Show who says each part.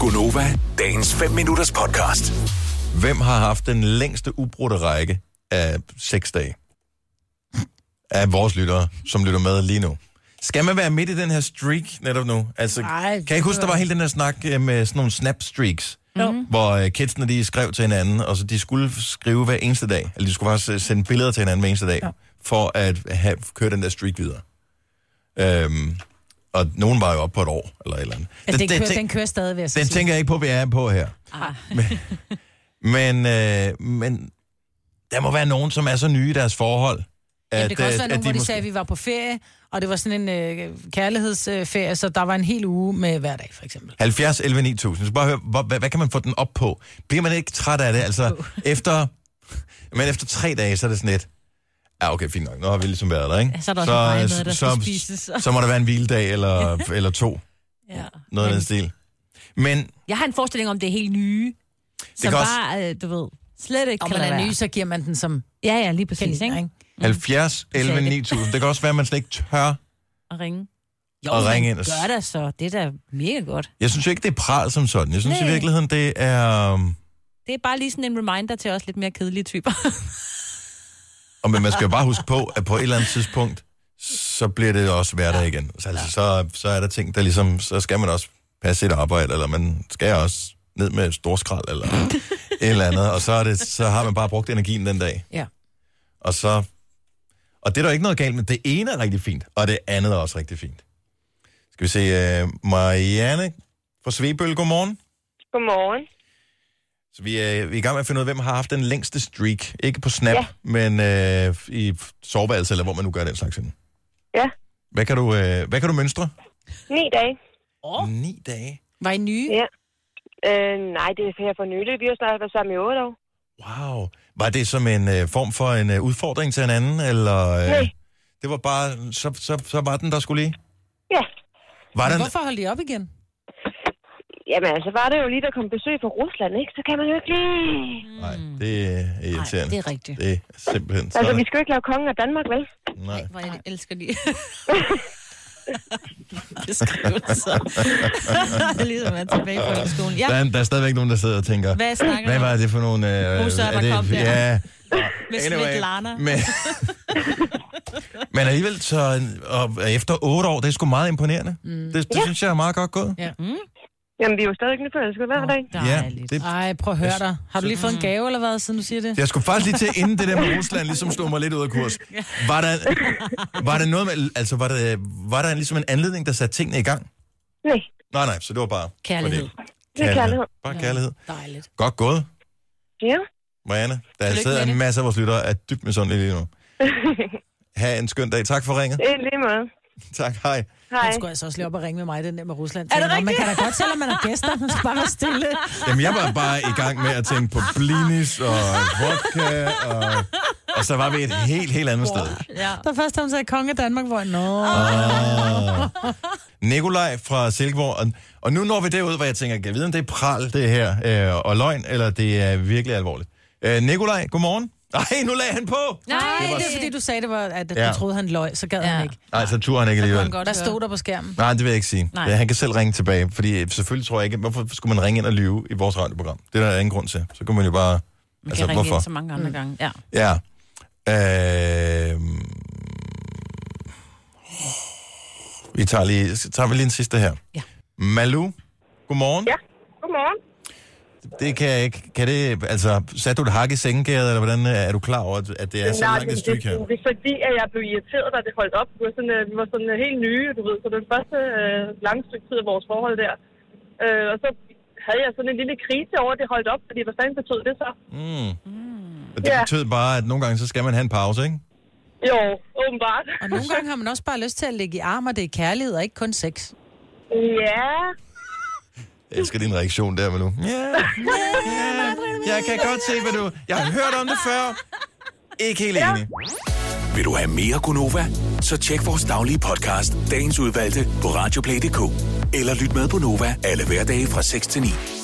Speaker 1: Gunova, dagens 5 minutters podcast.
Speaker 2: Hvem har haft den længste ubrudte række af seks dage? Af vores lyttere, som lytter med lige nu. Skal man være midt i den her streak netop nu? Altså,
Speaker 3: Ej,
Speaker 2: kan I ikke huske, der var hele den her snak øh, med sådan nogle snap-streaks? Mm-hmm. Hvor øh, kidsene, de skrev til hinanden, og så de skulle skrive hver eneste dag. Eller de skulle faktisk øh, sende billeder til hinanden hver eneste dag, ja. for at have, køre den der streak videre. Øhm, og nogen var jo op på et år, eller et eller andet.
Speaker 3: Altså, den,
Speaker 2: det-
Speaker 3: kører,
Speaker 2: det-
Speaker 3: den kører stadig, vil jeg så
Speaker 2: den
Speaker 3: sige.
Speaker 2: tænker jeg ikke på, vi er på her. Men, men, øh, men der må være nogen, som er så nye i deres forhold. At,
Speaker 3: Jamen, det kan også være
Speaker 2: øh,
Speaker 3: nogen, hvor de
Speaker 2: måske-
Speaker 3: sagde, at vi var på ferie, og det var sådan en øh, kærlighedsferie, så der var en hel uge med hver dag, for eksempel.
Speaker 2: 70, 11, 9000. Så bare hør, hvor, hvad, hvad kan man få den op på? Bliver man ikke træt af det? Altså, efter, men efter tre dage, så er det sådan lidt, ja, okay, fint nok, nu har vi ligesom været der, ikke?
Speaker 4: Ja, så er der også en vej med, der
Speaker 2: så,
Speaker 4: skal spises.
Speaker 2: så, må der være en hviledag eller, eller to,
Speaker 4: Ja.
Speaker 2: noget af
Speaker 4: Men Mm.
Speaker 2: den stil. Men
Speaker 4: Jeg har en forestilling om, det er helt nye. Som
Speaker 2: kan også-
Speaker 4: bare, øh, du ved, slet ikke
Speaker 3: Om
Speaker 4: kan
Speaker 3: man
Speaker 4: lade
Speaker 3: er
Speaker 4: være.
Speaker 3: ny, så giver man den som
Speaker 4: Ja, ja, lige præcis,
Speaker 3: kendelse,
Speaker 4: ikke?
Speaker 3: ikke?
Speaker 2: 70, 11,
Speaker 4: Sagde det.
Speaker 2: 9000. Det kan også være, at man slet ikke tør
Speaker 4: At ringe. Jo,
Speaker 2: at
Speaker 4: men
Speaker 2: ringe ind og
Speaker 4: Gør det så. Det er da mega godt.
Speaker 2: Jeg synes jo ikke, det er pral som sådan. Jeg synes Nej.
Speaker 4: Nej.
Speaker 2: i virkeligheden, det er... øhm,
Speaker 4: Det er bare lige sådan en reminder til os lidt mere kedelige typer.
Speaker 2: Og men man skal jo bare huske på, at på et eller andet tidspunkt, så bliver det også hverdag igen. Så, altså, så, så er der ting, der ligesom... Så skal man også passe sit arbejde, eller man skal også ned med et storskrald, eller et eller andet. Og så, er det, så har man bare brugt energien den dag.
Speaker 3: Ja.
Speaker 2: Og så... Og det er der ikke noget galt med. Det ene er rigtig fint, og det andet er også rigtig fint. Skal vi se... Uh, Marianne fra Svebøl, godmorgen.
Speaker 5: Godmorgen.
Speaker 2: Så vi er, vi er i gang med at finde ud af, hvem har haft den længste streak. Ikke på Snap, ja. men øh, i soveværelset, eller hvor man nu gør den slags henne.
Speaker 5: Ja,
Speaker 2: Hvad kan du, øh, hvad kan du mønstre?
Speaker 5: ni dage.
Speaker 2: Oh. Ni dage.
Speaker 3: Var I nye?
Speaker 5: Ja. Øh, nej, det er her for nylig. Vi har snart været sammen i otte år.
Speaker 2: Wow. Var det som en øh, form for en øh, udfordring til en anden, eller... Øh,
Speaker 5: Nej.
Speaker 2: Det var bare... Så, så, så var den der skulle lige.
Speaker 5: Ja.
Speaker 2: Var den...
Speaker 3: Hvorfor holdt I op igen?
Speaker 5: Jamen, altså var det jo lige, der kom besøg fra Rusland, ikke? Så kan man jo ikke lige...
Speaker 2: Nej, det er irriterende.
Speaker 4: det er rigtigt.
Speaker 2: Det er simpelthen... Så,
Speaker 5: Altså, vi
Speaker 2: vi...
Speaker 5: skal jo ikke lave kongen af Danmark, vel?
Speaker 2: Nej.
Speaker 4: Hvor jeg elsker de. Beskrivelser. ligesom at er tilbage på skolen. Ja,
Speaker 2: Der, er, der er stadigvæk nogen, der sidder og tænker...
Speaker 4: hvad snakker
Speaker 2: Hvad
Speaker 4: du om?
Speaker 2: var det for nogle... Øh,
Speaker 4: Russere,
Speaker 2: er
Speaker 4: der
Speaker 2: det,
Speaker 4: kom der.
Speaker 2: Ja.
Speaker 4: Med Svetlana.
Speaker 2: Men, men alligevel, så og efter otte år, det er sgu meget imponerende. Mm. Det, det ja. synes jeg er meget godt gået.
Speaker 5: Jamen, vi er jo stadig nyforelskede hver dag.
Speaker 4: Mm, Dejligt.
Speaker 2: det,
Speaker 3: Ej, prøv at høre dig. Har du lige fået en gave eller hvad, siden du siger det?
Speaker 2: jeg skulle faktisk lige til, inden det der med Rusland ligesom slog mig lidt ud af kurs. Var der, var der noget med, altså var der, var der ligesom en anledning, der satte tingene i gang?
Speaker 5: Nej,
Speaker 2: Nej, nej, så det var bare...
Speaker 4: Kærlighed.
Speaker 2: fordi-
Speaker 5: det er kærlighed.
Speaker 2: Bare kærlighed.
Speaker 3: Dejligt.
Speaker 2: Godt gået,
Speaker 5: Ja.
Speaker 2: Marianne. Der
Speaker 4: Tillykke
Speaker 2: sidder
Speaker 4: med
Speaker 2: en
Speaker 4: det.
Speaker 2: masse af vores lyttere, er dybt med sådan lige nu. Ha' en skøn dag. Tak for ringet.
Speaker 5: Det er lige meget.
Speaker 2: Tak, hej.
Speaker 5: Hej.
Speaker 3: Nu skulle altså også lige op og ringe med mig, den der med Rusland.
Speaker 4: Er det
Speaker 3: Tænker, "Nå, Man
Speaker 4: rigtigt?"
Speaker 3: kan da godt, selvom man er gæster, man skal bare være stille.
Speaker 2: Jamen, jeg var bare i gang med at tænke på blinis og vodka, og, og så var vi et helt, helt andet sted.
Speaker 4: Ja.
Speaker 3: Der først har hun sagt, konge af Danmark, hvor jeg, nå.
Speaker 2: Ah. Nikolaj fra Silkeborg, og, og nu når vi derud, hvor jeg tænker, kan jeg vide, om det er pral, det her, øh, og løgn, eller det er virkelig alvorligt. Øh, Nikolaj, godmorgen. Nej, nu lagde han på!
Speaker 4: Nej,
Speaker 3: Nej,
Speaker 2: var-
Speaker 3: det er fordi, du sagde, det var, at
Speaker 2: Ja.
Speaker 3: du troede, han løg, så gad
Speaker 4: Ja.
Speaker 3: han ikke.
Speaker 2: Nej, så turde han ikke alligevel.
Speaker 3: Der stod der på skærmen.
Speaker 2: Nej, det vil jeg ikke sige.
Speaker 4: Nej.
Speaker 2: Ja, han kan selv ringe tilbage, fordi øh, selvfølgelig tror jeg ikke, hvorfor skulle man ringe ind og lyve i vores radioprogram? Det er der ingen grund til. Så kunne man jo bare... Altså,
Speaker 4: Man kan ringe ind så mange andre gange. Ja.
Speaker 2: Ja. Øh... Vi tager lige, så tager vi lige en sidste her.
Speaker 4: Ja.
Speaker 2: Malu, godmorgen.
Speaker 5: Ja, godmorgen.
Speaker 2: Det kan jeg ikke. Kan det, altså, satte du et hak i sengegæret, eller hvordan øh, er du klar over, at- at det er så langt et stykke her?
Speaker 5: det, det er fordi, at jeg blev irriteret, da det holdt op. Vi var sådan, øh, vi var sådan øh, helt nye, du ved, så den første øh, lange stykke tid af vores forhold der. Øh, og så havde jeg sådan en lille krise over, at det holdt op, fordi hvad fanden betød det så?
Speaker 2: Og Det
Speaker 5: Ja.
Speaker 2: betød bare, at nogle gange, så skal man have en pause, ikke?
Speaker 5: Jo, åbenbart.
Speaker 3: Og nogle gange har man også bare lyst til at ligge i arm, og det er kærlighed, og ikke kun sex.
Speaker 5: Ja,
Speaker 2: Jeg elsker din reaktion der, Malu. Ja, yeah. yeah. jeg kan godt se, hvad du... Jeg har hørt om det før. Ikke helt enig.
Speaker 1: Vil du have mere Gunova? Så tjek vores daglige podcast, dagens udvalgte, på radioplay.dk. Eller lyt med på Nova alle hverdage fra 6 til 9.